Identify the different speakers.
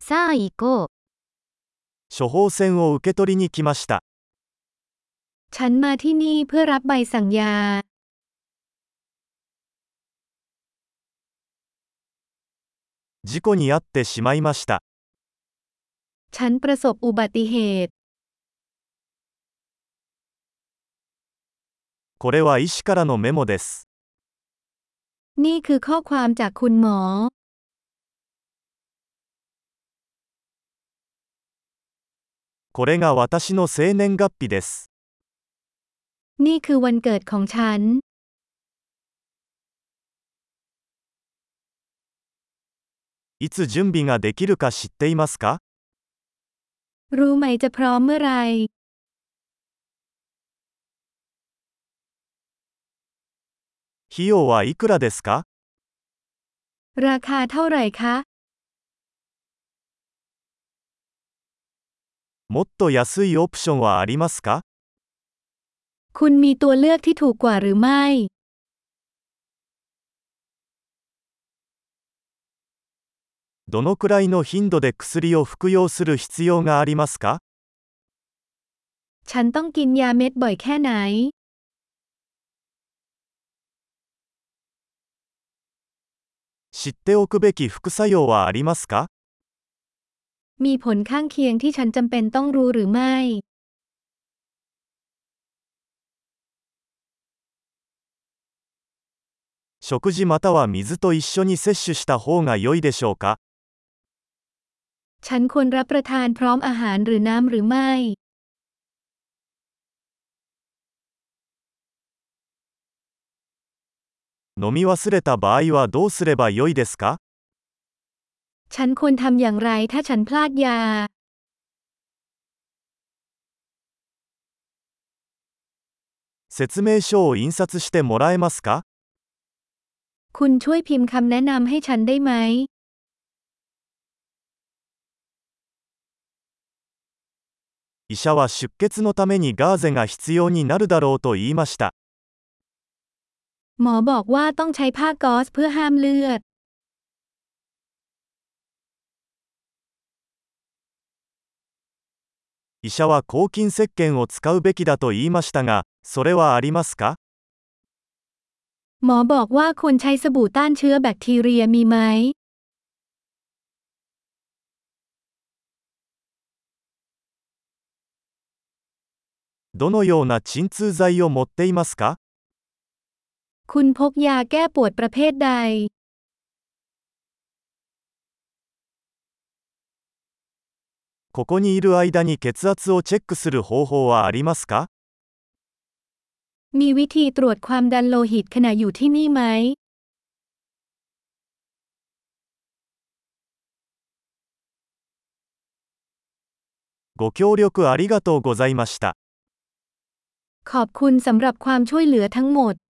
Speaker 1: さあ行こう。
Speaker 2: 処方箋を受け取りに来ました。
Speaker 1: ฉันมาที่นี่เพื่อรับใบสั่งยา
Speaker 2: 事故に遭ってしまいました。
Speaker 1: ฉันประสบอุบัติเหตุ
Speaker 2: これは医師からのメモです。
Speaker 1: นี่คือข้อความจากคุณหมอ
Speaker 2: これが私の生年月日です。
Speaker 1: นี่คือวันเกิดของฉัน
Speaker 2: いつ準備ができるか知っていますか
Speaker 1: รู้ไหมจะพร้อมเมื่อไหร
Speaker 2: 費用はいくらですか
Speaker 1: ราคาเท่าไหร่คะ
Speaker 2: もっと安いオプションはありますか
Speaker 1: คุณมีตัวเลือกที่ถูกกว่าหรือไม่
Speaker 2: どのくらいの頻度で薬を服用する必要がありますか
Speaker 1: ฉันต้องกินยาเม็ดบ่อยแค่ไหน
Speaker 2: 知っておくべき副作用はありますか
Speaker 1: มีผลข้างเคียงที่ฉันจำเป็นต้องรู้หรือไม่
Speaker 2: 食事または水と一緒に摂取した方が良いでしょうか
Speaker 1: ฉันควรรับประทานพร้อมอาหารหรือน้ำหรือไม่
Speaker 2: 飲み忘れた場合はどうすれば良いですか
Speaker 1: ฉันควรทำอย่างไรถ้าฉันพลาดยา
Speaker 2: 説明書を印刷してもらえますか
Speaker 1: คุณช่วยพิมพ์คำแนะนำให้ฉันได้ไหม
Speaker 2: 医者は出血のためにガーゼが必要になるだろうと言いました。
Speaker 1: หมอบอกว่าต้องใช้ผ้าก๊อซเพื่อห้ามเลือด
Speaker 2: 医者は抗菌石鹸を使うべきだと言いましたが、それはありますか
Speaker 1: หมอบอกว่าควรใช้สบู่ต้านเชื้อแบคทีเรียมีไหม
Speaker 2: どのような鎮痛剤を持っていますか
Speaker 1: คุณพกยาแก้ปวดประเภทใด
Speaker 2: ここにいる間に血圧をチェックする方法はありますか
Speaker 1: มีวิธีตรวจความดันโลหิตขณะอยู่ที่นี่ไหม
Speaker 2: ご協力ありがとうございました。
Speaker 1: ขอบคุณสำหรับความช่วยเหลือทั้งหมด